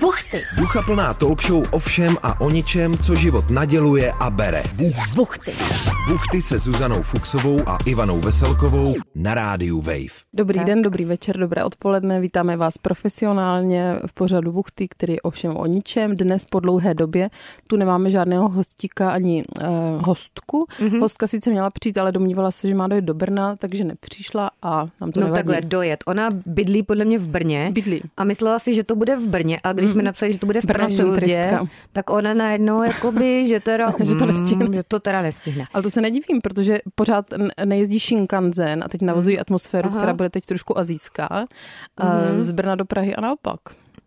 Buchty. Ducha plná talk show o všem a o ničem, co život naděluje a bere. Buchty. Buchty se Zuzanou Fuxovou a Ivanou Veselkovou na rádiu Wave. Dobrý Tak. tak. den, dobrý večer, dobré odpoledne. Vítáme vás profesionálně v pořadu Buchty, který je ovšem o ničem. Dnes po dlouhé době tu nemáme žádného hostíka ani eh, hostku. Mm-hmm. Hostka sice měla přijít, ale domnívala se, že má dojet do Brna, takže nepřišla a nám to No nevadí. takhle, dojet. Ona bydlí podle mě v Brně. Bydlí. Mm-hmm. A myslela si, že to bude v Brně. A když jsme napsali, že to bude v Brno Pražildě, centristka. tak ona najednou jakoby, že, teda, Že to mm, nestihne. že to teda nestihne. Ale to se nedivím, protože pořád n- nejezdí Shinkansen a teď navazují atmosféru, Aha. Aha. která bude teď trošku azijská, mm-hmm. z Brna do Prahy a naopak.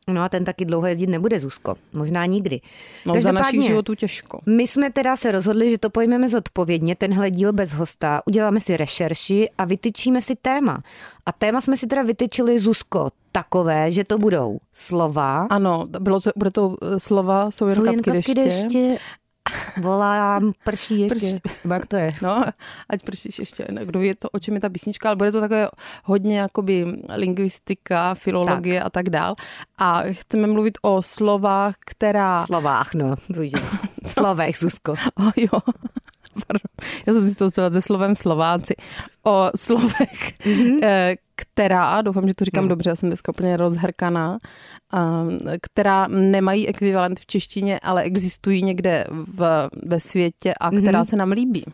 No a ten taky dlouho jezdit nebude, Zuzko. Možná nikdy. No, za našich životů těžko. My jsme teda se rozhodli, že to pojmeme zodpovědně, tenhle díl bez hosta, uděláme si rešerši a vytyčíme si téma. A téma jsme si teda vytyčili, Zuzko, takové, že to budou slova, Ano, bylo to, bude to eh, slova, jsou jen, jsou jen kapky, kapky deště. deště, volám, prší ještě. Prší. Nebo Jak to je? No, ať pršíš ještě, ne, kdo ví to, o čem je ta písnička, ale bude to takové hodně jakoby lingvistika, filologie tak. a tak dál. A chceme mluvit o slovách, která... Slovách, no. Bože. Slovech, Zuzko. Oh, jo. Pardon. Já jsem si to udělala se slovem Slováci. O slovech, mm-hmm. která, doufám, že to říkám dobře, já jsem dneska úplně rozhrkaná, a, která nemají ekvivalent v češtině, ale existují někde v, ve světě a která mm-hmm. se nám líbí.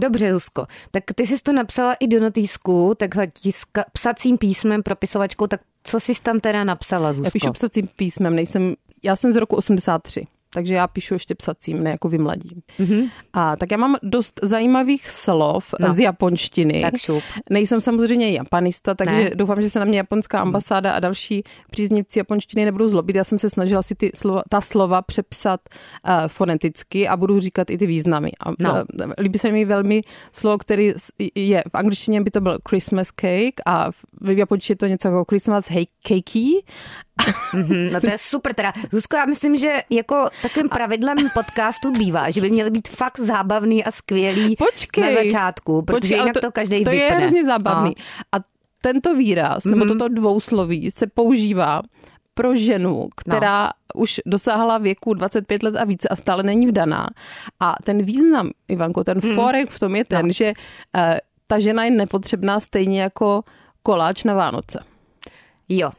Dobře, Zuzko. Tak ty jsi to napsala i do notýsku, takhle tiska, psacím písmem, propisovačkou, tak co jsi tam teda napsala, Zuzko? Já píšu psacím písmem, nejsem, já jsem z roku 83, takže já píšu ještě psacím, ne jako vy mladí. Mm-hmm. A tak já mám dost zajímavých slov no. Mhm. No. z japonštiny. Tak šup. Nejsem samozřejmě japanista, takže Ne. Mhm. doufám, že se na mě japonská ambasáda a další příznivci japonštiny nebudou zlobit. Já jsem se snažila si ty slova, ta slova přepsat uh, foneticky a budu říkat i ty významy. A, no. No. uh, líbí se mi velmi slovo, který s- je v angličtině by to byl Christmas cake a v- v japonštině je to něco jako Christmas hej- cakey. Mhm, No to je super teda. Zuzko, já myslím, že jako takovým pravidlem podcastu bývá, že by měl být fakt zábavný a skvělý Počkej. na začátku, protože Počkej, ale jinak to, každý To vypne. No, Mhm. je hrozně zábavný. A tento výraz, nebo toto dvousloví, se používá pro ženu, která No. už dosáhla věku 25 let a více a stále není vdaná. A ten význam, Ivanko, ten Mhm. forek v tom je ten, No. že eh, ta žena je nepotřebná stejně jako koláč na Vánoce. Jo.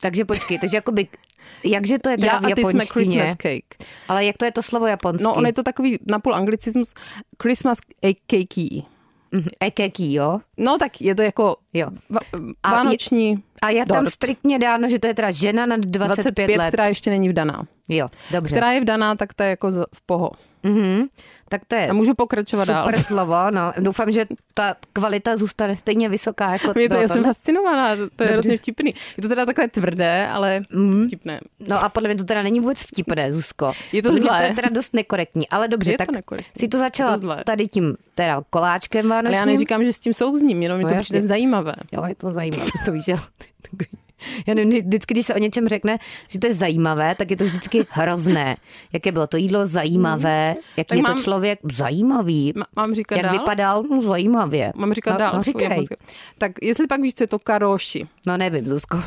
Takže počkej, takže jakoby, jakže to je teda Já v a ty jsme japonštině, Christmas cake. ale jak to je to slovo japonsky? No, on je to takový napůl anglicismus Christmas cake. Mhm, Ekeki, jo? No tak je to jako Jo. va- A je- vánoční A je tam dort. striktně dáno, že to je teda žena nad 25, 25, let. která ještě není vdaná. Jo, dobře. Která je vdaná, tak ta je jako z- v poho. Mhm. Tak to je A můžu pokračovat super dál. slovo, no. Doufám, že ta kvalita zůstane stejně vysoká jako Mě to, no, já jsem tohle. fascinovaná, to- to je hrozně vtipný. Je to teda takové tvrdé, ale vtipné. No a podle mě to teda není vůbec vtipné, Zuzko. Je to podle mě zlé. to je teda dost nekorektní, ale dobře, Je to tak nekorektní. si to Je začala to zlé. tady tím teda koláčkem Ale vánočním. já neříkám, že s tím souzním, jenom mi No to jasně. přijde zajímavé. Jo, je to zajímavé, to víš, jo. Já nevím, vždycky, když se o něčem řekne, že to je zajímavé, tak je to vždycky hrozné. Jaké bylo to jídlo zajímavé, jaký Mhm. Tak je mám- to člověk zajímavý, M- Mám říkat jak dál? vypadal, no zajímavě. Mám říkat no, dál. No, svou říkej. japonskou. Tak jestli pak víš, co je to karoši. no nevím, Zuzko.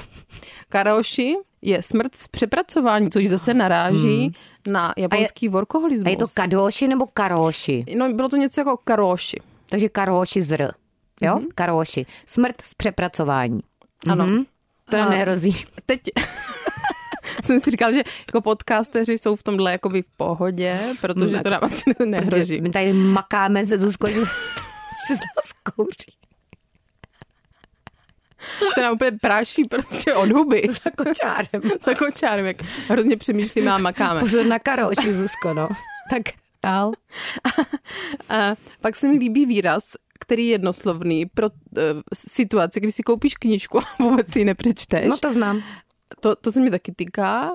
Karoši je smrt z přepracování, což Ah, zase naráží na japonský workoholismus. hmm. A je to kadoši nebo karoši? No, bylo to něco jako karoši. Takže karoši zr. Jo? Mhm. Mm-hmm. Karoši. Smrt z přepracování. Ano. Mhm. To nám A- nehrozí. teď jsem si říkal, že jako podcasteři jsou v tomhle jakoby v pohodě, protože to nám asi ne- Hmm, Protože nehroží. my tady makáme se Zuzkou, že se z nás kouří. Se nám úplně práší prostě od huby. Za kočárem. Za kočárem, jak hrozně přemýšlíme a makáme. Pozor na karoši, Zuzko, no. Tak dál. A pak se mi líbí výraz, který je jednoslovný pro uh, situaci, kdy si koupíš knižku a vůbec si ji nepřečteš. No to znám. To, to se mi taky týká.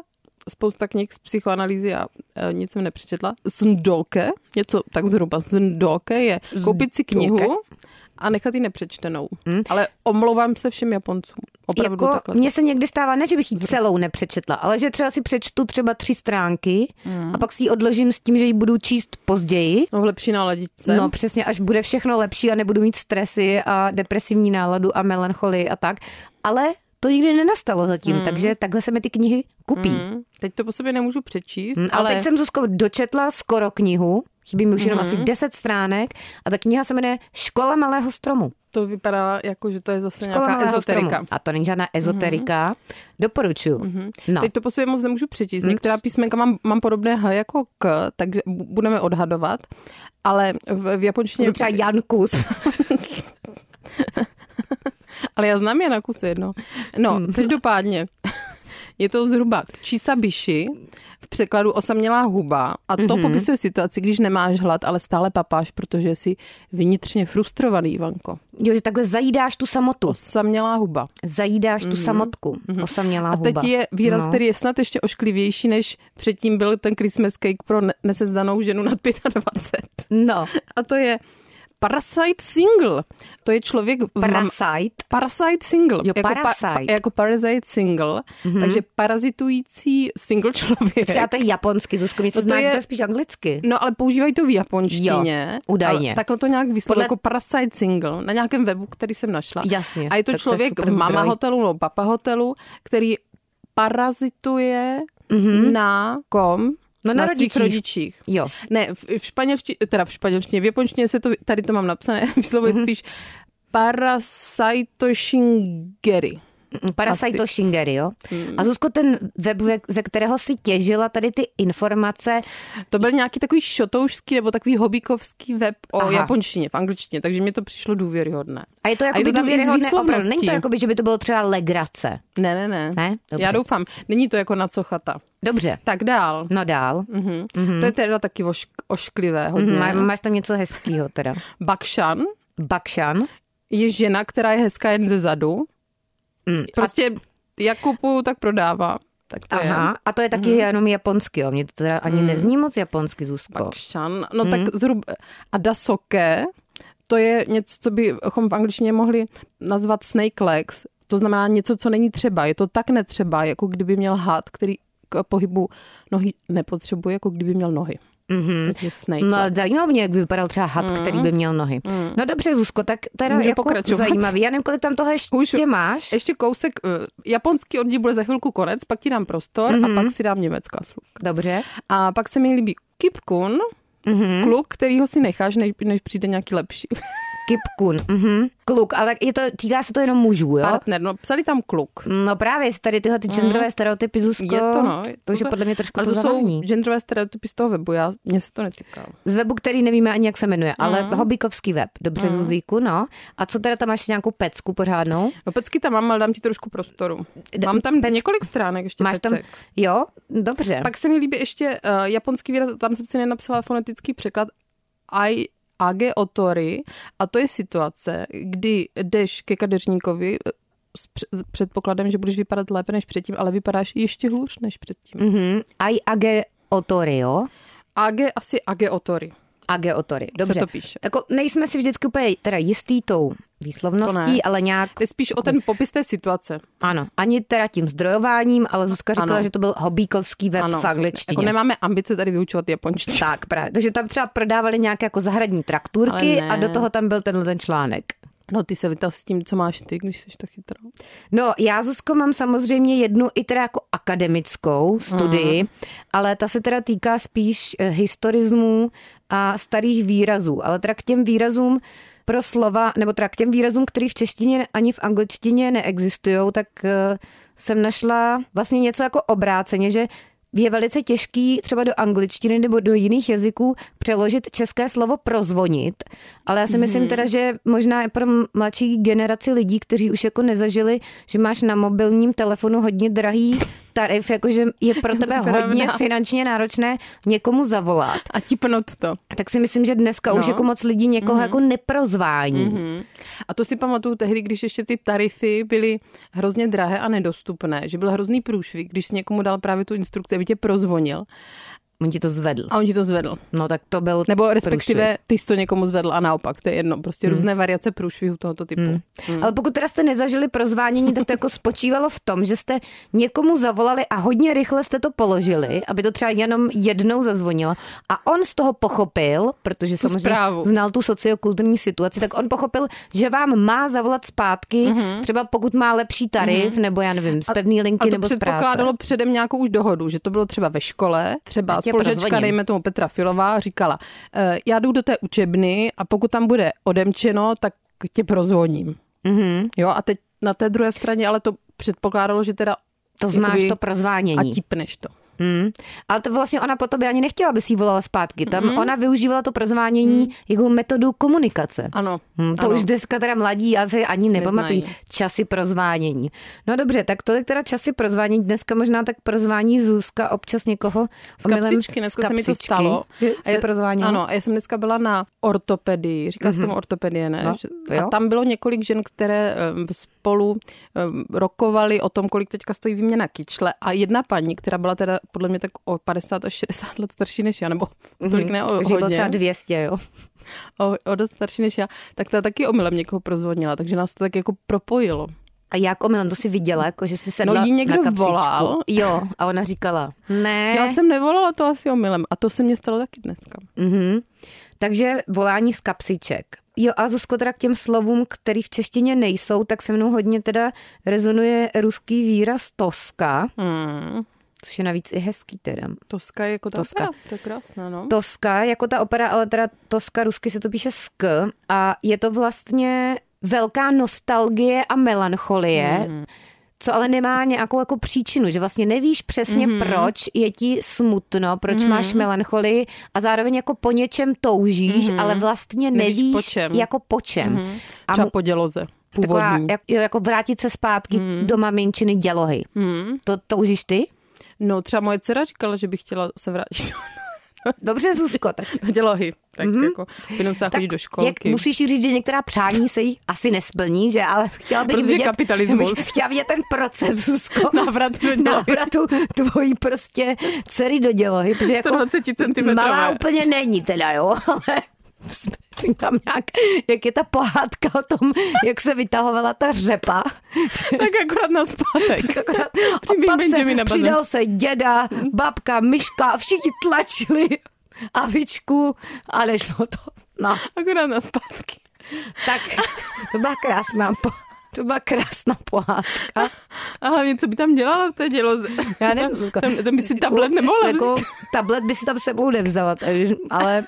Spousta knih z psychoanalýzy a e, nic jsem nepřečetla. Sundoke, něco tak zhruba. Sundoke je koupit si knihu a nechat ji nepřečtenou. Hmm. Ale omlouvám se všem Japoncům. Opravdu jako Hm? Jako, takhle. Mě... mně se někdy stává, ne, že bych ji celou nepřečetla, ale že třeba si přečtu třeba tři stránky Hmm. a pak si ji odložím s tím, že ji budu číst později. No v lepší náladičce. No přesně, až bude všechno lepší a nebudu mít stresy a depresivní náladu a melancholii a tak. Ale to nikdy nenastalo zatím, Hmm. mm. takže takhle se mi ty knihy kupí. Mm. Hm, Teď to po sobě nemůžu přečíst, Mm, ale, ale teď jsem Zuzko dočetla skoro knihu, chybí mi už jenom Hmm. asi 10 stránek a ta kniha se jmenuje Škola malého stromu. to vypadá jako, že to je zase Škola nějaká malého ezoterika. Hmm. stromu. A to není žádná ezoterika. Doporučuju. No. Hm. Teď to po sobě moc nemůžu přečíst. Některá písmenka mám, mám podobné H jako K, takže bu- budeme odhadovat. Ale v, v japonštině... Nebo třeba Jankus. Ale já znám je na kus jedno. No, Hmm. každopádně. Je to zhruba Chisabishi, v překladu osamělá huba. A to Mhm. mm-hmm. popisuje situaci, když nemáš hlad, ale stále papáš, protože jsi vnitřně frustrovaný, Ivanko. Jo, že takhle zajídáš tu samotu. Osamělá huba. Zajídáš tu samotku. Osamělá Hmm. A teď huba. je výraz, No. který je snad ještě ošklivější, než předtím byl ten Christmas cake pro ne- nesezdanou ženu nad 25. No, A to je Parasite Single. To je člověk... v mam- parasite. Parasite single. Jo, jako, Pa, parasite. Mhm. pa, jako parasite single. Mm-hmm. Takže parazitující single člověk. Já to je japonsky, Zuzko, mě to No to znáš, je- to je spíš anglicky. No ale používají to v japonštině. Jo, údajně. Ale Takhle to nějak vyslovuje Podle- jako parasite single na nějakém webu, který jsem našla. Jasně, A je to tak to je člověk super mama zdroj. hotelu nebo papa hotelu, který parazituje mm-hmm. na kom? No, Mhm. na svých rodičích. rodičích. Jo. Ne, v, v španělštině, teda v španělštině, v japonštině se to, tady to mám napsané, vyslovuje Mhm. mm-hmm. spíš parasitoshingeri. Mm, Parasite Shingeri, jo? Mm. A Zuzko, ten web, ve- ze kterého si těžila tady ty informace, To byl nějaký takový šotoušský nebo takový hobíkovský web o Aha. Aha. japonštině, v angličtině, takže mi to přišlo důvěryhodné. a je to jako tam i s důvěryhodné, opravdu. výslovností. Není to jako, že by to bylo třeba legrace. Ne, ne, ne. Ne? Dobře. Já doufám. Není to jako na co chata. Dobře, Tak dál. no dál. Mhm. To je teda taky ošk- ošklivé hodně. Má, máš tam něco hezkého teda. Bakšan Bakšan. je žena, která je hezká jen ze zadu. Mm. Prostě jak kupuju, tak prodává. Tak to je. Mhm. Aha, a to je taky jenom japonsky, jo? Mně to teda ani nezní moc japonsky, Zuzko. Bakšan, no tak zhruba. A dasoke, to je něco, co bychom v angličtině mohli nazvat snake legs. To znamená něco, co není třeba. Je to tak netřeba, jako kdyby měl had, který k pohybu nohy nepotřebuje, jako kdyby měl nohy. Mm-hmm. Takže snake No, legs. zajímalo mě, jak by vypadal třeba had, mm. který by měl nohy. Mm. No dobře, Zuzko, tak teda Mhm. Můžu jako pokračovat? zajímavý. Já nevím, kolik tam toho ještě Už- máš. Ještě kousek, eh, japonský oddíl bude za chvilku konec, pak ti dám prostor mm-hmm. a pak si dám německá slůvka. Dobře. A pak se mi líbí Kipkun, mm-hmm. kluk, kterýho si necháš, než, než přijde nějaký lepší Kipkun. Mhm. Kluk, ale je to, týká se to jenom mužů, jo? partner. No, psali tam kluk. No právě, jestli tady tyhle ty genderové stereotypy, Zuzko, Mhm. Je to, no. je to už je za- podle mě trošku Ale to pozavání. jsou genderové stereotypy z toho webu, já, mě se to netýká. Z webu, který nevíme ani, jak se jmenuje, ale Mhm. hobíkovský web. Dobře, Zuzíku, no. A co teda tam máš nějakou pecku pořádnou? No pecky tam mám, ale dám ti trošku prostoru. D- Mám tam peck- několik stránek ještě Máš tam, pecek. jo, dobře. Pak se mi líbí ještě uh, japonský výraz, tam jsem si nenapsala fonetický překlad, ai, age otory, a to je situace, kdy jdeš ke kadeřníkovi eh, s, pře- s předpokladem, že budeš vypadat lépe než předtím, ale vypadáš ještě hůř než předtím. Mhm. Ai age otory, jo? Age asi age otory. Age otory, dobře. to píše. Jako nejsme si vždycky úplně teda jistý tou To ne. výslovností, ale nějak, To je spíš o ten popis té situace. ano, ani teda tím zdrojováním, ale Zuzka říkala, Ano. že to byl hobíkovský web v angličtině. Jako nemáme ambice tady vyučovat japonštinu. Tak, právě. Takže tam třeba prodávali nějaké jako zahradní traktůrky Ale ne. a do toho tam byl tenhle ten článek. No ty se vytaz s tím, co máš ty, když jsi to chytrá. No, já Zuzko mám samozřejmě jednu i teda jako akademickou Hmm. studii, ale ta se teda týká spíš eh, historismů a starých výrazů, ale teda k těm výrazům pro slova, nebo teda k těm výrazům, které v češtině ani v angličtině neexistují, tak eh, jsem našla vlastně něco jako obráceně, že je velice těžký třeba do angličtiny nebo do jiných jazyků přeložit české slovo prozvonit, ale já si myslím Mhm. teda, že možná i pro mladší generaci lidí, kteří už jako nezažili, že máš na mobilním telefonu hodně drahý tarif, jakože je pro tebe pravda. hodně finančně náročné někomu zavolat, A tipnout to. tak si myslím, že dneska už No. jako moc lidí někoho jako neprozvání. Hmm. A to si pamatuju tehdy, když ještě ty tarify byly hrozně drahé a nedostupné, že byl hrozný průšvih, když jsi někomu dal právě tu instrukci, aby tě prozvonil. On ti to zvedl. A on ti to zvedl. No tak to byl Nebo respektive průšvih. ty jsi to někomu zvedl a naopak, to je jedno. Prostě hmm. různé variace průšvihu tohoto typu. Hmm. Hmm. Ale pokud teda jste nezažili prozvánění, tak to jako spočívalo v tom, že jste někomu zavolali a hodně rychle jste to položili, aby to třeba jenom jednou zazvonilo. A on z toho pochopil, protože Tu samozřejmě zprávu. znal tu sociokulturní situaci, tak on pochopil, že vám má zavolat zpátky, třeba pokud má lepší tarif, nebo já nevím, z pevný Mhm. A linky to nebo z práce. předpokládalo předem nějakou už dohodu, že to bylo třeba ve škole, třeba Tak tě spolužečka, prozvoním. dejme tomu Petra Filová, říkala, "Eh, já jdu do té učebny a pokud tam bude odemčeno, tak tě prozvoním. Mhm. Jo, a teď na té druhé straně, ale to předpokládalo, že teda To znáš jakoby- to prozvánění. a típneš to. Hmm. Ale to vlastně ona po tobě ani nechtěla, aby si ji volala zpátky. Tam Mhm. hmm. ona využívala to prozvánění hmm. jako metodu komunikace. Ano. Hmm, to ano. ano. už dneska teda mladí asi ani nepamatují. Neznají. Časy prozvánění. No dobře, tak tolik teda časy prozvánění. Dneska možná tak prozvání Zuzka občas někoho. Z kapsičky, dneska se mi to stalo. A je prozvání. Ano, a já jsem dneska byla na ortopedii, říká se tomu ortopedie, ne? No, Že- jo. a tam bylo několik žen, které em, spolu em, rokovali o tom, kolik teďka stojí výměna kyčle a jedna paní, která byla teda podle mě tak o 50 až 60 let starší než já, nebo tolik ne, o, hm, Že bylo hodně, Mhm. třeba 200, jo. o, o dost starší než já, tak ta taky omylem někoho prozvonila, takže nás to tak jako propojilo. A jak omylem, to si viděla, jako že si sedla No, jí někdo na kapsičku. volal. Jo, a ona říkala, ne. Já jsem nevolala to asi omylem a to se mně stalo taky dneska. Mm-hmm. Takže volání z kapsiček. Jo a Zuzko, teda k těm slovům, který v češtině nejsou, tak se mnou hodně teda rezonuje ruský výraz toska, Hmm. což je navíc i hezký teda. Toska je jako ta Toska. opera, to je krásná, no. Toska, jako ta opera, ale teda toska rusky se to píše sk a je to vlastně velká nostalgie a melancholie, mm. co ale nemá nějakou jako příčinu, že vlastně nevíš přesně mm. proč je ti smutno, proč mm. máš melancholii a zároveň jako po něčem toužíš, mm. ale vlastně Nevíš nevíš, po čem. jako po čem. Mhm. Mm. A Třeba po děloze. taková, Původní. jak, jo, jako vrátit se zpátky mm. do maminčiny dělohy. Mm. To toužíš ty? Hmm. No třeba moje dcera říkala, že by chtěla se vrátit Dobře, Zuzko, tak do dělohy. Tak mm-hmm. jako jenom se chodit do školky. Mhm. Jak musíš jí říct, že některá přání se jí asi nesplní, že ale chtěla bych Protože vidět, kapitalismus. bych Chtěla vidět ten proces, Zuzko. Návrat do dělohy. Návratu tvojí prostě dcery do dělohy, protože jako 120 centimetrové. malá úplně není teda, jo, ale tam nějak, jak je ta pohádka o tom, jak se vytahovala ta řepa. Tak akorát na zpátek. Akorát, Příběh a pak Benjamina se, Button. přidal se děda, babka, myška a všichni tlačili avičku a nešlo to. No. Akorát na zpátky. Tak to byla krásná po, to byla krásná pohádka. A hlavně, co by tam dělala v té děloze? Já nevím, Zuzko. Tam, tam by si tablet nemohla Jako, vzít. tablet by si tam sebou nevzala, takže- ale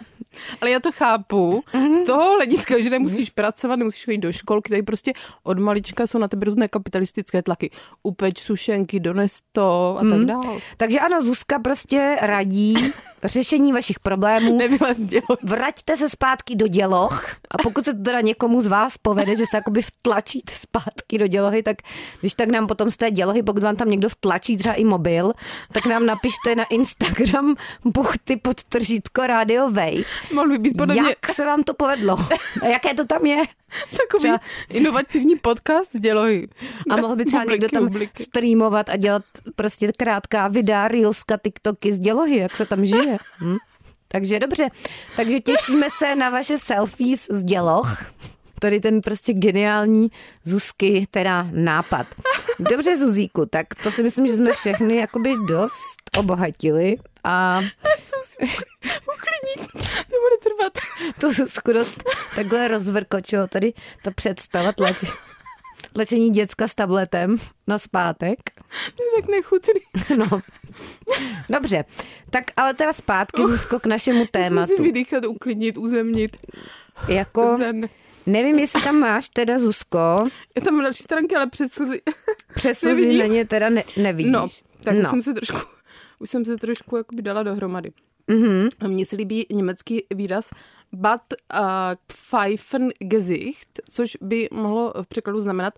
Ale já to chápu. Mhm. Z toho hlediska, že nemusíš pracovat, nemusíš chodit do školky, tady prostě od malička jsou na tebe různé kapitalistické tlaky. Upeč sušenky, dones to a tak Mhm. dál. takže ano, Zuzka prostě radí řešení vašich problémů. Nevylez z dělohy. Vraťte se zpátky do děloh a pokud se to teda někomu z vás povede, že se jakoby vtlačíte zpátky do dělohy, tak když tak nám potom z té dělohy, pokud vám tam někdo vtlačí třeba i mobil, tak nám napište na Instagram buchty pod tržítko Radio Wave. Mohl by být podobně Jak se vám to povedlo? A jaké to tam je? Takový Třeba- inovativní podcast z dělohy. A mohl by třeba Bubliky, někdo tam bubliky. streamovat a dělat prostě krátká videa, reelska, tiktoky z dělohy, jak se tam žije. Hm? Takže dobře. Takže těšíme se na vaše selfies z děloh. Tady ten prostě geniální Zuzky, teda nápad. Dobře, Zuzíku, tak to si myslím, že jsme všechny jakoby dost obohatili a Jsem si uklidnit, to bude trvat. tu Zuzku dost takhle rozvrkočilo tady ta představa tlači, tlačení děcka s tabletem na zpátek. To je tak nechutný. No. Dobře, tak ale teda zpátky, Zuzko, k našemu Musím Uh. si tématu. vydýchat, uklidnit, uzemnit. Jako, Zen. nevím, jestli tam máš teda, Zuzko, Já tam mám další stránky, ale přes slzy. přes slzy Nevidím. na ně teda ne, nevidíš. No, tak no. no. jsem se trošku, už jsem se trošku jakoby dala dohromady. Mhm. Mm-hmm. A mně se líbí německý výraz bad uh, pfeifen Gesicht, což by mohlo v překladu znamenat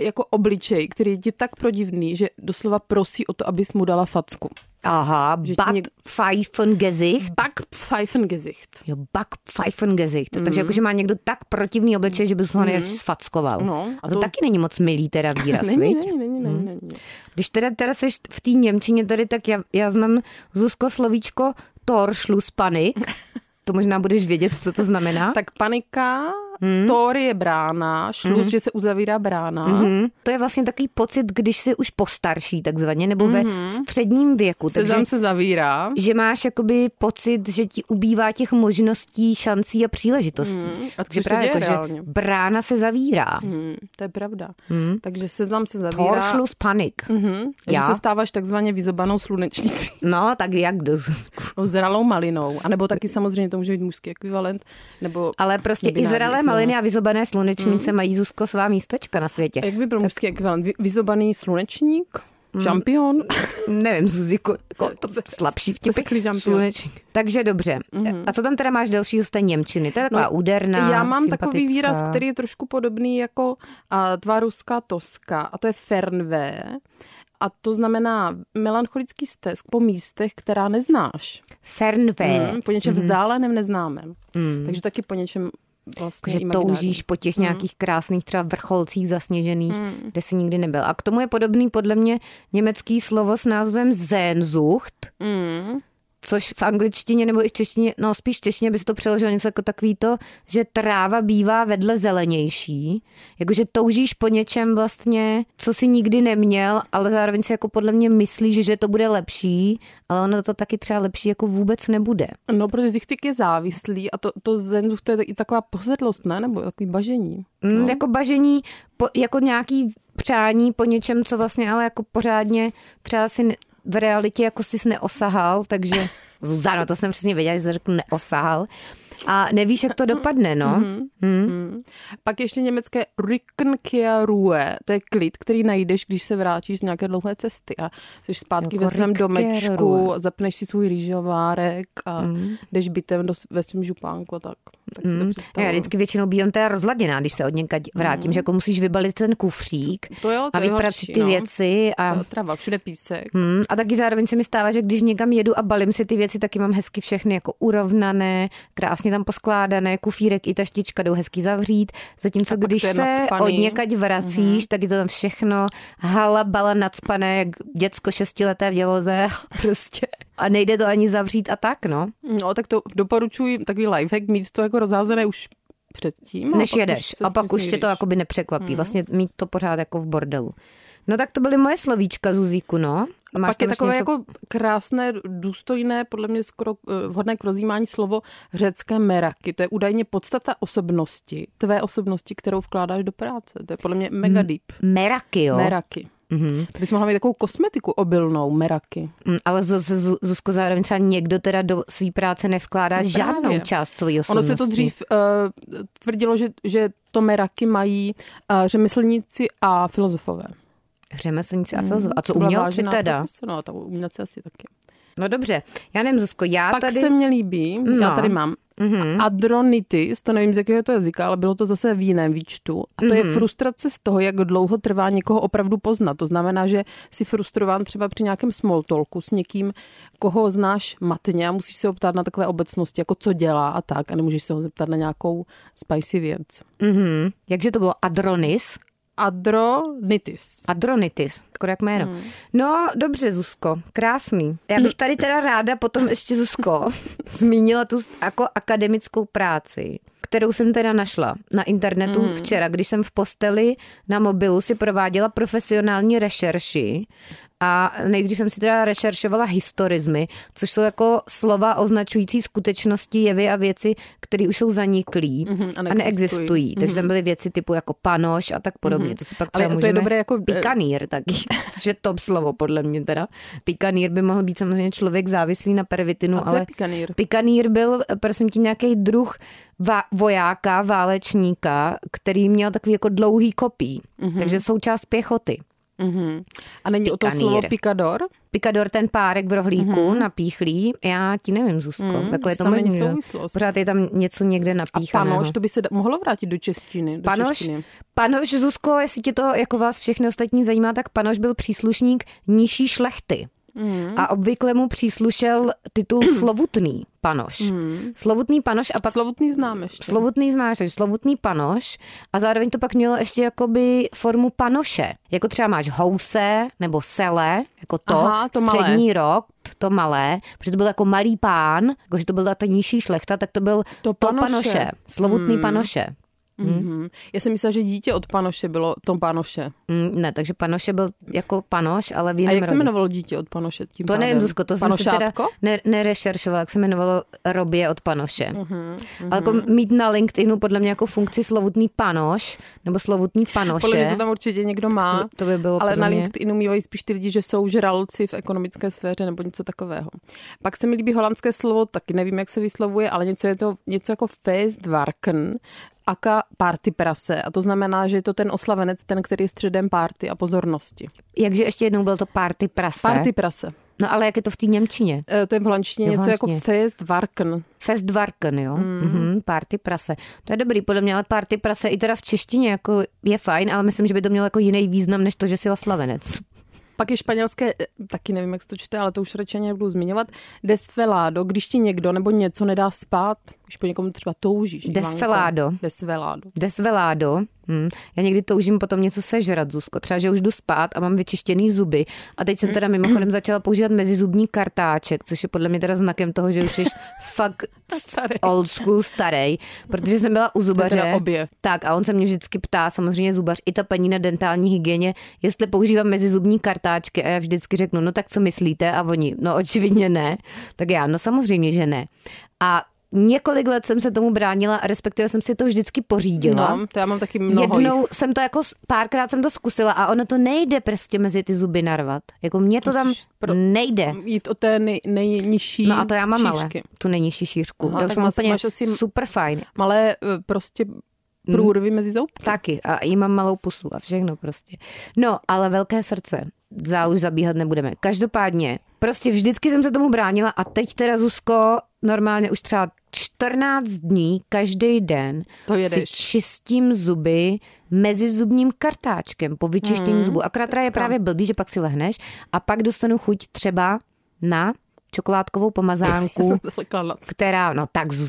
jako obličej, který je ti tak prodivný, že doslova prosí o to, abys mu dala facku. Aha, ti Bad něk- Pfeifengesicht. Tak Pfeifengesicht. Jo, Bad Pfeifengesicht. Mm. Mhm. Takže jakože má někdo tak protivný obličej, že bys ho nejradši sfackoval. No, a a to- to, to, taky není moc milý teda výraz, Není, viď? není, není, Hmm. není, není. Když teda, teda seš v té Němčině tady, tak já, já znám Zuzko slovíčko Thor šlus panik. To možná budeš vědět, co to znamená. Tak panika, hmm. Tor je brána, šluz, hmm. že se uzavírá brána. Hmm. Mhm. To je vlastně takový pocit, když jsi už postarší takzvaně, nebo ve středním věku. Sezam takže, Mhm. se zavírá. že máš jakoby pocit, že ti ubývá těch možností, šancí a příležitostí. Mhm. A Takže což se právě děje jako, že reálně. brána se zavírá. Hmm, to je pravda. Hmm. Takže sezam se Thor zavírá. šlus panik. Mhm. Že Já? se stáváš takzvaně vyzobanou slunečnicí. No, tak jak do... No, zralou malinou, anebo taky samozřejmě to může být mužský ekvivalent, nebo... Ale prostě i Binární Mhm. zralé ekvivalent. maliny a vyzobané slunečnice mají Zuzko svá místečka na světě. A Jak by byl mužský ekvivalent? Vy- Vyzobaný slunečník? Hmm. Šampion? Nevím, Zuziko, jako to Se- slabší se sklí vtipy. jumpy. Slunečník. Takže dobře. A co tam teda máš dalšího z té Němčiny? To je taková úderná, Mhm. No, Já mám takový sympatická. výraz, který je trošku podobný jako a, tvá ruská toska, a to je fernvé. A to znamená melancholický stesk po místech, která neznáš. Fernvé. Mm, po něčem vzdáleném neznámém. Mm. Takže taky po něčem vlastně Hmm. Jako, Že imaginárním. toužíš po těch nějakých krásných třeba vrcholcích zasněžených, kde jsi nikdy nebyl. A k tomu je podobný podle mě německý slovo s názvem Sehnsucht, Mm. což v angličtině nebo i v češtině, no spíš v češtině by se to přeložilo něco jako takový to, že tráva bývá vedle zelenější, jakože toužíš po něčem vlastně, co si nikdy neměl, ale zároveň si jako podle mě myslíš, že to bude lepší, ale ono to taky třeba lepší jako vůbec nebude. No, protože zichtik je závislý a to, to zenzuch, to je i taková posedlost, ne? Nebo takový bažení. Mm, Jako bažení, po, jako nějaký přání po něčem, co vlastně ale jako pořádně třeba si ne- v realitě jako jsi neosahal, takže Zuzano, to jsem přesně věděla, že jsi řekl neosahal. A nevíš, jak to dopadne, no. Pak ještě německé Rückenkehrruhe, to je klid, který najdeš, když se vrátíš z nějaké dlouhé cesty a jsi zpátky Jako ve svém domečku, Rückkehrruhe. zapneš si svůj rýžovárek a jdeš bytem do, s- ve svém župánku a tak. Tak si to No, Mm. já představuju. vždycky většinou bývám teda rozladěná, když se od někať vrátím, že jako musíš vybalit ten kufřík To jo, to a je vyprat horší, si ty no. věci a... To je Trava, všude písek. Hmm, a taky zároveň se mi stává, že když někam jedu a balím si ty věci, taky mám hezky všechny jako urovnané, krásně tam poskládané, kufírek i taštička jdou hezky zavřít, zatímco pak když to je Mhm. se nacpaný. od někať vracíš, tak je to tam všechno halabala nacpané, jak děcko šestileté v děloze, prostě. A nejde to ani zavřít a tak, no. No, tak to doporučuji, takový lifehack, mít to jako rozházené už předtím. a než pak jedeš. Už se a s pak tím Mhm. už tě to smíříš. jakoby nepřekvapí. Vlastně mít to pořád jako v bordelu. No tak to byly moje slovíčka, Zuzíku, no. Pak je A tam ještě takové něco- jako krásné, důstojné, podle mě skoro eh, vhodné k rozjímání slovo řecké meraky. To je údajně podstata osobnosti, tvé osobnosti, kterou vkládáš do práce. To je podle mě mega deep. Meraky, Hmm. jo. Mhm. Meraky. Mm-hmm. To bys mohla mít takovou kosmetiku obilnou, meraky. Mm, Ale Zu- Zu- Zuzko zároveň třeba někdo teda do své práce nevkládá žádnou No právě. část svojí Ono osobnosti. se to dřív uh, tvrdilo, že, že to meraky mají uh, řemeslníci a filozofové. Řemeslníci a filozof. A co Hmm, To byla umělci vážená teda? profese, No, ta umělci asi taky. No dobře, já nevím, Zuzko, já A Pak tady... tady... se mně líbí, no. já No. tady mám mm-hmm. adronitis, to nevím z jakého je to jazyka, ale bylo to zase v jiném výčtu. A to mm-hmm. Mhm. je frustrace z toho, jak dlouho trvá někoho opravdu poznat. To znamená, že jsi frustrován třeba při nějakém small talku s někým, koho znáš matně a musíš se ho ptát na takové obecnosti, jako co dělá a tak, a nemůžeš se ho zeptat na nějakou spicy věc. Mhm. Jakže to bylo? Adronis? Adronitis. Adronitis, skoro jak jméno. No, dobře, Zuzko, krásný. Já bych tady teda ráda potom ještě, Zuzko, zmínila tu jako akademickou práci, kterou jsem teda našla na internetu mm. včera, když jsem v posteli na mobilu si prováděla profesionální rešerši a nejdřív jsem si teda rešeršovala historizmy, což jsou jako slova označující skutečnosti, jevy a věci, které už jsou zaniklí Mhm, a mm-hmm, a neexistují. neexistují. Takže tam byly věci typu jako panoš a tak podobně. Mm-hmm. To si pak Ale třeba to je můžeme- dobré jako- Pikanír taky, což je top slovo podle mě teda. Pikanír by mohl být samozřejmě člověk závislý na pervitinu, A co ale je pikanír? Pikanír byl, prosím tě, nějaký druh va- vojáka, válečníka, který měl takový jako dlouhý kopí, mm-hmm. takže součást pěchoty. Mhm. A není o to Pikanír. slovo pikador? Pikador ten párek v rohlíku Mhm. mm-hmm. napíchlý, já ti nevím, Zuzko, mm-hmm. takhle je to tam Mhm, není možný. no. souvislost. Pořád je tam něco někde A napíchaného. panoš, to by se da- mohlo vrátit do češtiny. Do Panoš, češtiny. panoš, Zuzko, jestli tě to jako vás všechny ostatní zajímá, tak Panoš byl příslušník nižší šlechty. Mm. A obvykle mu příslušel titul slovutný panoš. Mm. Slovutný panoš a pak Slovutný známe ještě. Slovutný znáš, takže slovutný panoš a zároveň to pak mělo ještě jakoby formu panoše. Jako třeba máš house nebo sele, jako to, Aha, to malé. střední rok, t- to malé, protože to byl jako malý pán, jakože to byla ta nižší šlechta, tak to byl To to panoše. Mm. panoše, slovutný panoše. Mm-hmm. Já jsem myslela, že dítě od panoše bylo Tom Panoše. Mm, ne, takže panoše byl jako panoš, ale v A jiném jak se rodu. jmenovalo dítě od panoše? Tím To nevím, pádem? Zuzko, to jsem si teda Panošátko? ne- nerešeršovala, jak se jmenovalo Robě od Panoše. Mm-hmm, Mhm, Ale jako mít na LinkedInu podle mě jako funkci slovutný panoš, nebo slovutný panoše. Podle mě to tam určitě někdo má. To- to by bylo Ale podle na mě. LinkedInu mývají spíš ty lidi, že jsou žraloci v ekonomické sféře nebo něco takového. Pak se mi líbí holandské slovo, taky nevím, jak se vyslovuje, ale něco je to něco jako feestvarken, aka party prase. A to znamená, že je to ten oslavenec, ten, který je středem party a pozornosti. Jakže ještě jednou byl to party prase. Party prase. No ale jak je to v té Němčině? E, To je v holandštině Jo, v něco jako holandštině. feestvarken. Festvarken, jo? Mhm. Mm. Mm-hmm, party prase. To je dobrý, podle mě, ale party prase i teda v češtině jako je fajn, ale myslím, že by to mělo jako jiný význam, než to, že si oslavenec. Pak je španělské, eh, taky nevím, jak se to čte, ale to už radši ani nebudu zmiňovat, desvelado, když ti někdo nebo něco nedá spát, když po někomu třeba toužíš. Ivanko. Desvelado. Desvelado. Desvelado. Hm. Já někdy toužím potom něco sežrat, Zuzko. Třeba, že už jdu spát a mám vyčištěný zuby. A teď Mm. jsem teda mimochodem začala používat mezizubní kartáček, což je podle mě teda znakem toho, že už jsi fakt Starý. old school starý, protože jsem byla u zubaře. teda objev. Tak a on se mě vždycky ptá, samozřejmě zubař i ta paní na dentální hygieně, jestli používám mezizubní kartáčky a já vždycky řeknu, no tak co myslíte? A oni, no očividně ne. Tak já, no samozřejmě, že ne. A Několik let jsem se tomu bránila, respektive jsem si to vždycky pořídila. No, to já mám taky mnoho Jednou jich. jsem to jako, s- párkrát jsem to zkusila a ono to nejde prostě mezi ty zuby narvat. Jako mně to tam Musíš pro- nejde. Jít o té nej, nejnižší No a to já mám ale, šířky. tu nejnižší šířku. Aha, Já tak už mám máš- úplně máš asi- super fajn. Malé eh, prostě Hmm. průrvy mezi zoubky. Taky. A i mám malou pusu a všechno prostě. No, ale velké srdce. Dál už zabíhat nebudeme. Každopádně, prostě vždycky jsem se tomu bránila a teď teda Zuzko normálně už třeba 14 dní, každý den To si jedeš. čistím zuby mezi zubním kartáčkem po vyčištění hmm, zubů. Akorát teda je právě blbý, že pak si lehneš a pak dostanu chuť třeba na čokoládkovou Já pomazánku jsem se lekla na která, no tak zu-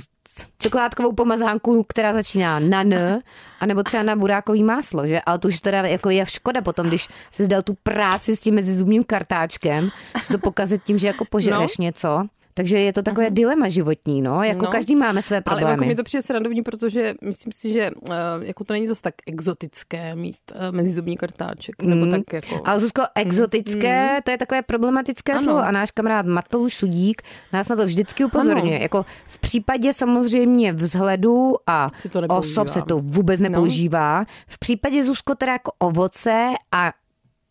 čokoládkovou pomazánku, která začíná na N, anebo třeba na burákový máslo, že? Ale to už teda jako je škoda potom, když si zdal tu práci s tím mezizubním kartáčkem, si to pokazit tím, že jako požereš no. něco. Takže je to takové dilema životní, no? Jako Mhm. No. no. každý máme své Ale problémy. jako mi to přijde srandovní, protože myslím si, že eh, jako to není zas tak exotické mít eh, mezizubní kartáček. Nebo tak jako... Hmm. Ale Zuzko, exotické, Mhm. to je takové problematické ano. slovo a náš kamarád Matouš Sudík nás na to vždycky upozorňuje. Ano. Ano. Jako v případě samozřejmě vzhledu a Se to nepoužívá. osob se to vůbec nepoužívá. No. V případě Zuzko teda jako ovoce a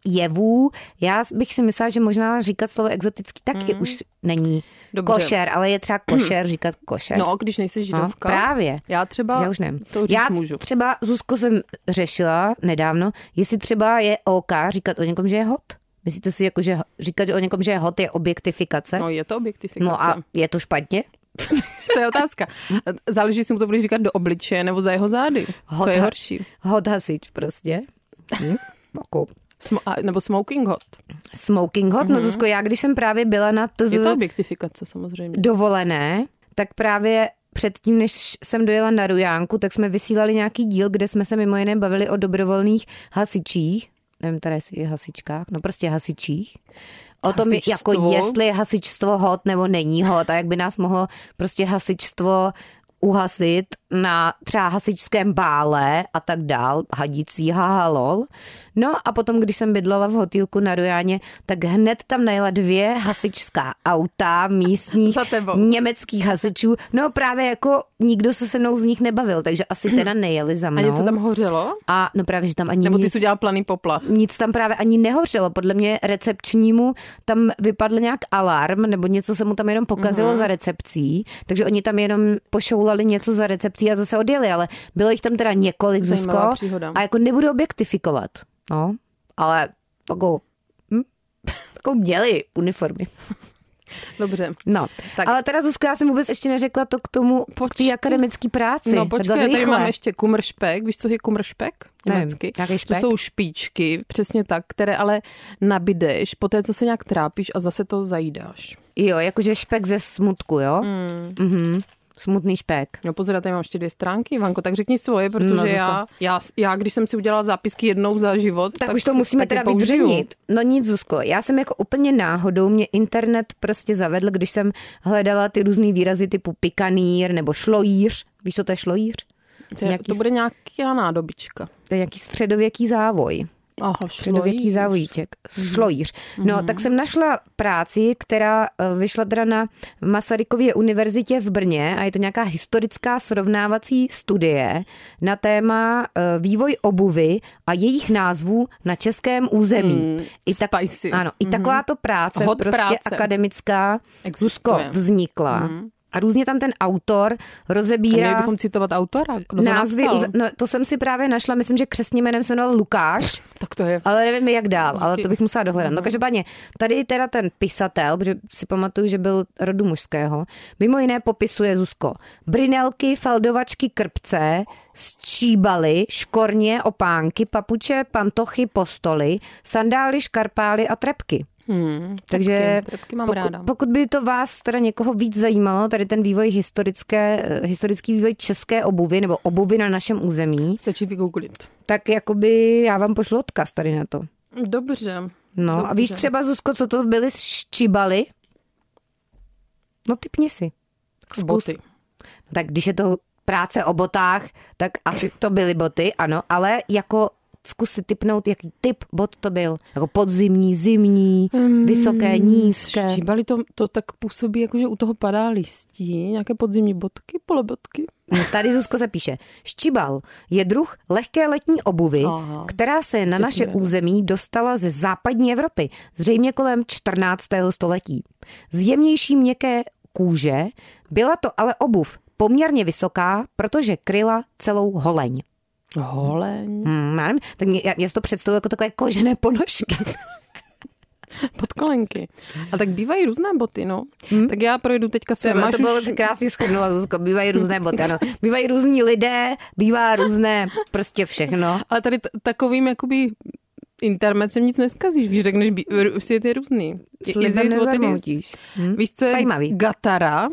jevů, já bych si myslela, že možná říkat slovo exotický taky mm. už není Mhm. Dobře. Dobře. košer, ale je třeba košer říkat košer. No, když nejsi no židovka. právě. Já třeba Já už nevím. to říct Já můžu. třeba, Zuzko, jsem řešila nedávno, jestli třeba je OK říkat o někom, že je hot. Myslíte si, jako, že ho- říkat že o někom, že je hot, je objektifikace? No, No, je to objektifikace. no a je to špatně? To je otázka. Záleží, jestli mu to bude říkat do obličeje nebo za jeho zády. Co Hot je ha- horší? Hot hasič prostě. Hm? Jako Smo- a- nebo smoking hot. Smoking hot? No Zuzko, já když jsem právě byla na TZ Mhm. Je to objektifikace samozřejmě. dovolené, tak právě předtím, než jsem dojela na Rujánku, tak jsme vysílali nějaký díl, kde jsme se mimo jiné bavili o dobrovolných hasičích. Nevím tady, jestli je hasičkách, no prostě hasičích. O tom, Hasičstvo. jako jestli je hasičstvo hot nebo není hot a jak by nás mohlo prostě hasičstvo uhasit na třeba hasičském bále a tak dál, hadicí, haha, lol. No a potom, když jsem bydlela v hotýlku na Rojáně, tak hned tam najela dvě hasičská auta místních Za tebou. německých hasičů. No právě jako nikdo se se mnou z nich nebavil, takže asi teda nejeli za A mnou. něco tam hořelo? a no právě, že tam ani Nebo ty No. nic- jsi udělal planý poplach? nic tam právě ani nehořelo. Podle mě recepčnímu tam vypadl nějak alarm, nebo něco se mu tam jenom Mhm. pokazilo mm-hmm. za recepcí, takže oni tam jenom pošoulali něco za recepcí a zase odjeli, ale bylo jich tam teda několik, Zuzko, Zajímavá příhoda. a jako nebudu objektifikovat, no, ale jako, hm, jako měli uniformy. Dobře. No, Tak. tak. ale teda Zuzko, já jsem vůbec ještě neřekla to k tomu, k Počkej. té akademické práci. No Takhle počkej, tady rychle. máme ještě kumršpek. Víš, co je kumršpek? Nevím, Německy. nějaký To špek? jsou špičky, přesně tak, které ale nabideš, poté co se nějak trápíš a zase to zajídáš. Hmm. Jo, jakože špek ze smutku, jo? Mm. Mhm. Smutný špek. No pozor, já tady mám ještě dvě stránky, Vanko, tak řekni svoje, protože No, no, zase já, já, já, když jsem si udělala zápisky jednou za život, Tak, tak už to musíme tak je teda použiju. vydřenit. No nic, Zuzko, já jsem jako úplně náhodou, mě internet prostě zavedl, když jsem hledala ty různé výrazy typu pikanír nebo šlojíř. Víš, co to je šlojíř? To, je, Nějaký to bude nějaká nádobička. To je nějaký středověký závoj. Aha, Středověký šlojíř. Mhm. závojíček, šlojíř. No, tak jsem našla práci, která eh, vyšla teda na Masarykově univerzitě v Brně a je to nějaká historická srovnávací studie na téma eh, vývoj obuvy a jejich názvů na českém území. I Hmm, spicy. Mhm. Ano, i takováto práce, Hot prostě práce. akademická, Existuje. Rusko vznikla. A různě tam ten autor rozebírá Měli bychom citovat autora, kdo to názvy. napsal. uza- No, to jsem si právě našla, myslím, že křesním jménem se jmenoval Lukáš. Tak to je. Ale nevím, jak dál, ale Díky. to bych musela dohledat. No každopádně, tady teda ten pisatel, protože si pamatuju, že byl rodu mužského, mimo jiné popisuje Zuzko. Brinelky, feldovačky, krpce, stříbaly, škorně, opánky, papuče, pantochy, postoly, sandály, škarpály a trepky. Hmm, Takže trpky, trpky mám pokud, ráda. pokud by to vás teda někoho víc zajímalo, tady ten vývoj historické, eh, historický vývoj české obuvy nebo obuvy na našem území, Stačí vygooglit. tak jakoby já vám pošlu odkaz tady na to. Dobře. No a víš Dobře. třeba, Zuzko, co to byly ščibaly? No typni si. Zkus. Boty. Tak když je to práce o botách, tak asi to byly boty, ano, ale jako zkus si typnout, jaký typ bot to byl. Jako podzimní, zimní, Hmm, Hmm, vysoké, nízké. Štíbali to, to tak působí, jako že u toho padá listí, nějaké podzimní bodky, polobotky. No, tady Zuzko zapíše. Ščibal je druh lehké letní obuvy, Aha. která se na To naše jsem věděla. území dostala ze západní Evropy, zřejmě kolem 14. století. Z jemnější měkké kůže byla to ale obuv poměrně vysoká, protože kryla celou holeň. Holeň. Hmm, já nevím, tak mě, já, já si to představuji jako takové kožené ponožky. Podkolenky. A tak bývají různé boty, no. Hmm? Tak já projedu teďka své. Máš Máš Hm? to bylo už... si krásně schrnula, Zuzko. Bývají různé boty, ano. Bývají různí lidé, bývá různé prostě všechno. Ale tady t- takovým jakoby intermecem nic neskazíš, když řekneš, bí- r- svět je různý. S lidem Is it what it is? nezarmoutíš. Hm? Víš, co je Zajímavý. Gatara,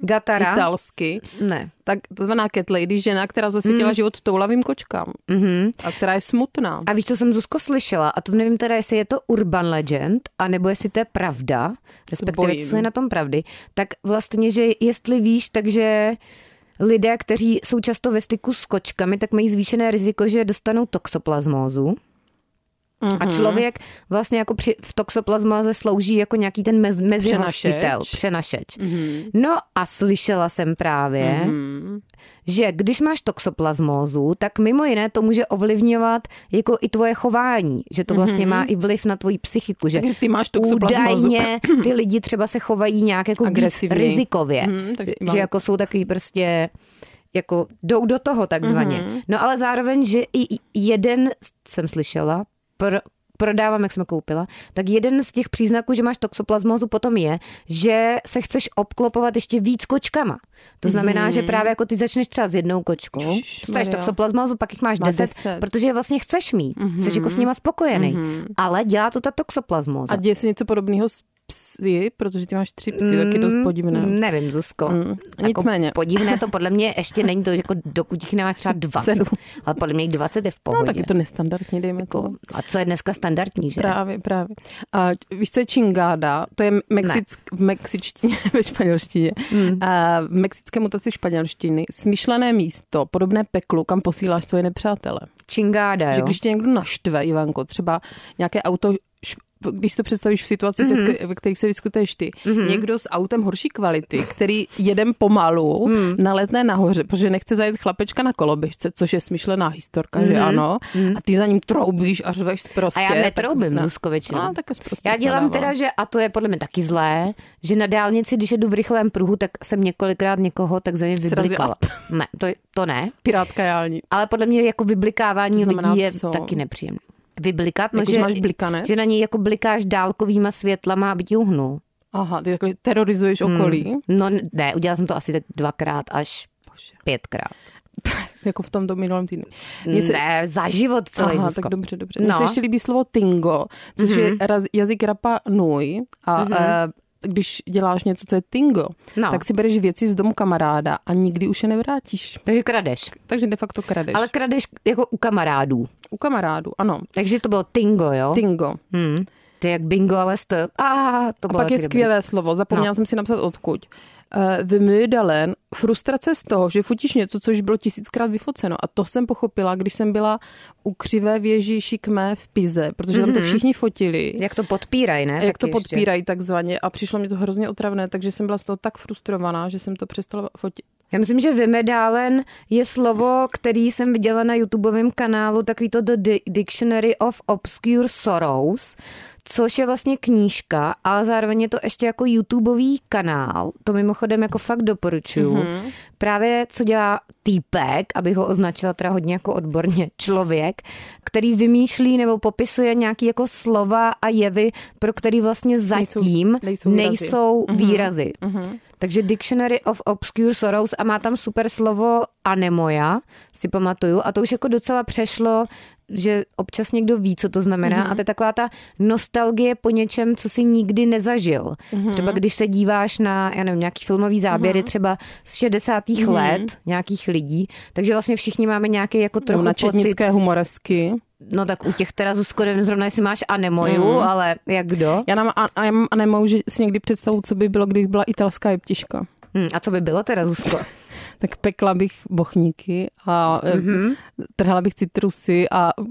Gatara. italsky, Ne. tak to znamená cat lady, žena, která zasvětila mm. život toulavým kočkám Mm-hmm. a která je smutná. Hm. A víš, co jsem Zuzko slyšela? A to nevím teda, jestli je to urban legend, anebo jestli to je pravda, respektive bojím. co je na tom pravdy. Tak vlastně, že jestli víš, takže lidé, kteří jsou často ve styku s kočkami, tak mají zvýšené riziko, že dostanou toxoplasmózu. A člověk vlastně jako při, v toxoplasmóze slouží jako nějaký ten mez, mezihostitel, Přenašeč. přenašeč. No a slyšela jsem právě, že když máš toxoplasmózu, tak mimo jiné to může ovlivňovat jako i tvoje chování, že to vlastně má i vliv na tvoji psychiku, že Takže ty máš toxoplasmózu. údajně ty lidi třeba se chovají nějak jako víc Agresivněji. rizikově, Mhm, tak že, mám- že jako jsou takový prostě jako jdou do toho takzvaně. Mhm. No ale zároveň, že i jeden, jsem slyšela, pro, prodávám, jak jsem koupila, tak jeden z těch příznaků, že máš toxoplasmózu, potom je, že se chceš obklopovat ještě víc kočkama. To znamená, Mhm. že právě jako ty začneš třeba s jednou kočkou, dostaneš Maria. toxoplasmózu, pak jich máš Mám deset, deset. Mhm. protože je vlastně chceš mít. Jsi jako s nima spokojený. Ale dělá to ta toxoplasmóza. A děje se něco podobného s psy, protože ty máš tři psy, tak je dost podivné. Mm, Nevím, Zuzko. Mm, nicméně. Jako podivné to podle mě ještě není to, jako dokud jich nemáš třeba 20. Sedm. Ale podle mě jich 20 je v No, pohodě. tak je to nestandardní, dejme to. Jako, A co je dneska standardní, že? Právě, právě. A víš, co je čingáda? To je mexick, v mexičtině, ve španělštině. Hmm. Mm. A v mexické mutaci španělštiny smyšlené místo, podobné peklu, kam posíláš svoje nepřátele. Čingáda, Že jo? když tě někdo naštve, Ivanko, třeba nějaké auto, š- když si to představíš v situaci, Mhm. mm-hmm. ve kterých se vyskytuješ ty, mm-hmm. někdo s autem horší kvality, který jedem pomalu, Hmm. mm. naletne nahoře, protože nechce zajet chlapečka na koloběžce, což je smyšlená historka, mm-hmm. že ano, mm-hmm. a ty za ním troubíš a řveš prostě. Mhm. A já netroubím, tak, Zuzko, většinou. No, tak prostě Já jsi dělám nadával. teda, že, a to je podle mě taky zlé, že na dálnici, když jedu v rychlém pruhu, tak jsem několikrát někoho tak za mě Srazila. vyblikala. Ne, to, to ne. Pirátka jálnic. Ale podle mě jako vyblikávání To znamená lidí je co? taky nepříjemné. Vyblikat, no, Jako, že že, máš blikanec? že na něj jako blikáš dálkovýma světlama, aby ti uhnul. Aha, ty takhle terorizuješ okolí. No n- ne, udělala jsem to asi tak dvakrát až Bože. pětkrát. Jako v tomto minulém týdnu. Mně se- Ne, za život celý Aha, Zuzko. tak dobře, dobře. Mně No. Mhm. se ještě líbí slovo tingo, což mm-hmm. je raz, jazyk rapa nui a mm-hmm. když děláš něco, co je tingo, No. no. tak si bereš věci z domu kamaráda a nikdy už je nevrátíš. Takže kradeš. Takže de facto kradeš. Ale Ale... kradeš jako u kamarádů. U kamarádu, ano. Takže to bylo tingo, jo? Tingo. Hmm. To je jak bingo, ale to... Ah, to A bylo pak je taky dobrý. skvělé slovo, zapomněla No. jsem si napsat odkud. Eh, Vymydalen, frustrace z toho, že fotíš něco, což bylo tisíckrát vyfoceno. A to jsem pochopila, když jsem byla u křivé věži šikmé v Pize, protože tam to Mhm. všichni fotili. Jak to podpírají, ne? A jak Taky to ještě. podpírají takzvaně a přišlo mi to hrozně otravné, takže jsem byla z toho tak frustrovaná, že jsem to přestala fotit. Já myslím, že vymedálen je slovo, který jsem viděla na YouTubeovém kanálu, takový to The Di- Dictionary of Obscure Sorrows, což je vlastně knížka, ale zároveň je to ještě jako YouTubeový kanál. To mimochodem jako fakt doporučuju. Mhm. Mm-hmm. Právě co dělá týpek, abych ho označila teda hodně jako odborně, člověk, který vymýšlí nebo popisuje nějaký jako slova a jevy, pro který vlastně zatím nejsou výrazy. nejsou výrazy. Mm-hmm. Takže Dictionary of Obscure Sorrows a má tam super slovo anemoja, si pamatuju, a to už jako docela přešlo, že občas někdo ví, co to znamená mm-hmm. a to je taková ta nostalgie po něčem, co si nikdy nezažil. Mm-hmm. Třeba když se díváš na, já nevím, nějaký filmový záběry mm-hmm. třeba z 60. Mm-hmm. let nějakých lidí, takže vlastně všichni máme nějaký jako trochu na pocit, četnické humoresky. no tak u těch teda Zuzko, nevím zrovna, jestli máš anemoju, mm-hmm. ale jak kdo? Já, nám, a, a, já mám- a nemůžu že si někdy představu, co by bylo, kdybych byla italská jeptiška. Hm, a co by bylo teda Zuzko? Tak pekla bych bochníky a mm-hmm. trhala bych citrusy a eh,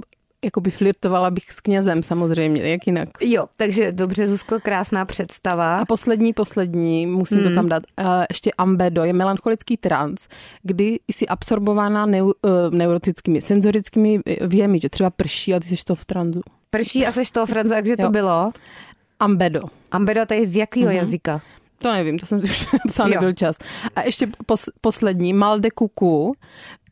jakoby flirtovala bych s knězem samozřejmě, jak jinak. Jo, takže dobře, Zuzko, krásná představa. A poslední, poslední, musím to tam dát, eh, ještě ambedo, je melancholický trans, kdy jsi absorbována neu, eh, neurotickými, senzorickými eh, vjemy, že třeba prší a ty jsi to v transu. Prší a seš toho, Franzo, jakže to Jo. Mhm. bylo? Ambedo. Ambedo, to je z jakého mm-hmm. jazyka? To nevím, to jsem si už napsala, Jo. nebyl čas. A ještě pos, poslední, malde kuku.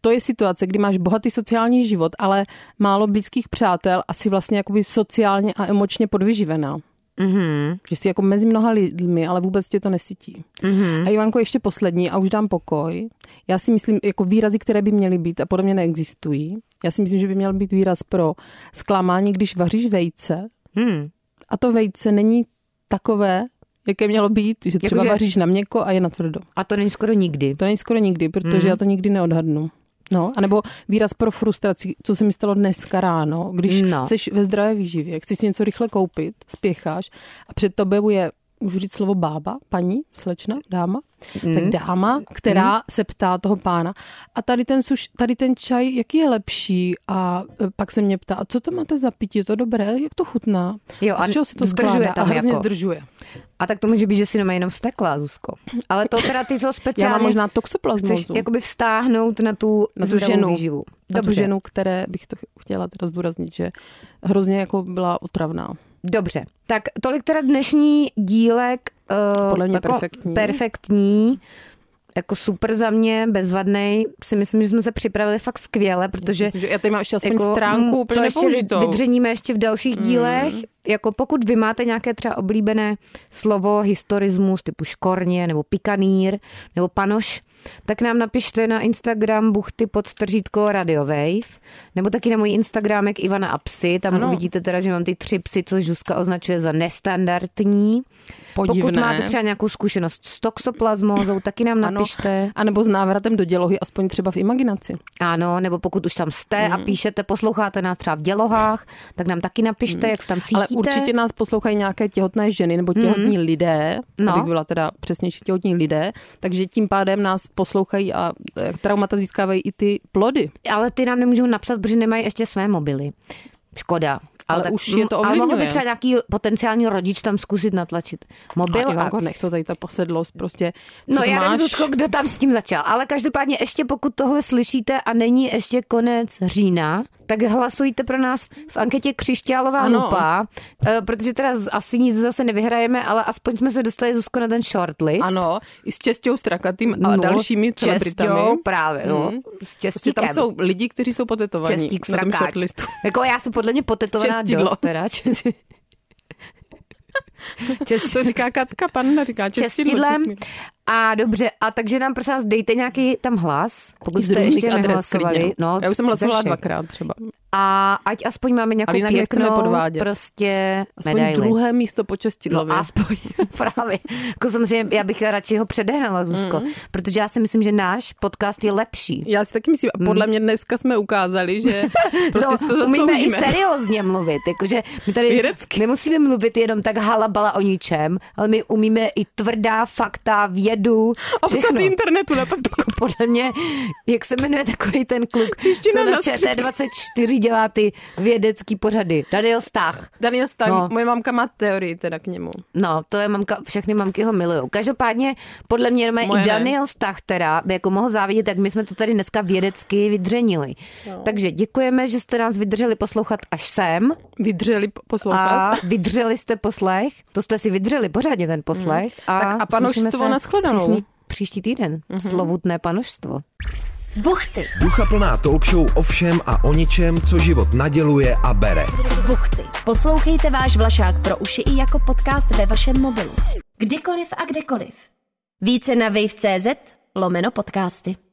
To je situace, kdy máš bohatý sociální život, ale málo blízkých přátel a jsi vlastně jakoby sociálně a emočně podvyživená. Mm-hmm. Že jsi jako mezi mnoha lidmi, ale vůbec tě to nesytí. Mm-hmm. A Ivanko, ještě poslední a už dám pokoj. Já si myslím, jako výrazy, které by měly být a podle mě neexistují. Já si myslím, že by měl být výraz pro zklamání, když vaříš vejce Hmm. a to vejce není takové, jaké mělo být, že třeba Jakože- vaříš na měkko a je na tvrdo. A to není skoro nikdy. To není skoro nikdy, Mhm. protože já to nikdy neodhadnu. No, anebo výraz pro frustraci, co se mi stalo dneska ráno, když No. no. jsi ve zdravé výživě, chceš si něco rychle koupit, spěcháš a před tebou je, můžu říct slovo bába, paní, slečna, dáma, mm. Mhm. tak dáma, která mm. se ptá toho pána a tady ten, suš, tady ten čaj, jaký je lepší a eh, pak se mě ptá, a co to máte za pití, je to dobré, jak to chutná? Jo, a a z čeho se to zdržuje skládá? A tam hrozně jako. zdržuje. A tak to může být, že si doma jenom vstekla, Zuzko. Ale to teda ty co Já speciálně mám možná chceš jako toxoplasmózu. jakoby vstáhnout na tu, Na tu zdravou ženu. výživu. na tu ženu, které bych to chtěla teda zdůraznit, že hrozně jako byla otravná. Dobře, tak tolik teda dnešní dílek. Uh, Podle mě jako perfektní. Perfektní, jako super za mě, bezvadnej. Si myslím, že jsme se připravili fakt skvěle, protože Myslím, že já tady mám ještě aspoň jako, jako, mm, stránku úplně to ještě nepoužitou. vydřeníme ještě v dalších mm. dílech. Jako pokud vy máte nějaké třeba oblíbené slovo historismus typu škorně nebo pikanír nebo panoš, tak nám napište na Instagram buchty pod tržítko Radio Wave, nebo taky na můj Instagramek Ivana a psy, tam ano. Ano. uvidíte teda, že mám ty tři psy, což Žuska označuje za nestandardní. Podivné. Pokud máte třeba nějakou zkušenost s toxoplasmózou, taky nám Ano. napište. A nebo s návratem do dělohy, aspoň třeba v imaginaci. Ano, nebo pokud už tam jste Mhm. mm. a píšete, posloucháte nás třeba v dělohách, tak nám taky napište, mm. jak se tam cítíte. Mhm. Ale určitě nás poslouchají nějaké těhotné ženy nebo těhotní mm. lidé, Mhm. No. no. abych byla teda přesnější těhotní lidé, takže tím pádem nás poslouchají a eh, traumata získávají i ty plody. Ale ty nám nemůžou napsat, protože nemají ještě své mobily. Škoda. Ale, Ale tak, už je to Ale mohl by ovlivňuje. třeba nějaký potenciální rodič tam zkusit natlačit mobil. a Ivanko, nech to tady ta posedlost, prostě co No to já nevím, máš? Zuzko, kdo tam s tím začal. Ale každopádně ještě pokud tohle slyšíte a není ještě konec října, tak hlasujte pro nás v anketě Křišťálová ano. Ano. lupa, eh, protože teda z- asi nic zase nevyhrajeme, ale aspoň jsme se dostali, Zuzko, na ten shortlist. Ano, i s Čestou Strakatým a no, dalšími s Česťou celebritami. právě, no. S Prostě Čestíkem. tam jsou lidi, kteří jsou potetovaní Čestík na tom strakáč. shortlistu. Jako já jsem podle mě potetovaná Čestidlo. dost teda. Čes- Čes- To říká Katka Panna, říká čestidlo. Čestidlem. čestidlo. A dobře, a takže nám prosím vás dejte nějaký tam hlas, pokud I z jste různých ještě adres nehlasovali. klidně. no. Já už jsem No, ze hlasovala všech. dvakrát třeba. A ať aspoň máme Ale nějakou jinak nechceme pěknou podvádět. prostě Aspoň medaili. druhé místo po Čestilově. No aspoň právě. Jako samozřejmě, já bych radši ho předehnala, Zuzko, mm. protože já si myslím, že náš podcast je lepší. Já si taky myslím, a podle mě dneska jsme ukázali, že prostě si to Hmm. No, umíme i zasloužíme. seriózně mluvit, jakože my tady Vědecky. nemusíme mluvit jenom tak halabala o ničem, ale my umíme i tvrdá fakta, vědu, Obsat všechno. internetu na Jako podle mě, jak se jmenuje takový ten kluk, Čeština co na na skřipce. ČT24 dělá ty vědecký pořady. Daniel Stach. Daniel Stein, No. no. moje mamka má teorii teda k němu. No, to je mamka, všechny mamky ho milují. Každopádně, podle mě doma i Moje ne. Daniel Stach, teda by jako mohl závidět, tak my jsme to tady dneska vědecky vydřenili. No. Takže děkujeme, že jste nás vydrželi poslouchat až sem Vydřeli po- poslouchat. a vydřeli jste poslech. To jste si vydřeli pořádně ten poslech. Mm. A Hmm. Tak a panožstvo slyšíme se nashledanou. Mhm. přísný- Příští týden. Mm-hmm. Slovutné panožstvo. Buchty, Ducha plná talk show o všem a o ničem, co život naděluje a bere. buchty. Poslouchejte váš Vlašák pro uši i jako podcast ve vašem mobilu. Kdykoliv a kdekoliv. Více na wave.cz lomeno podcasty.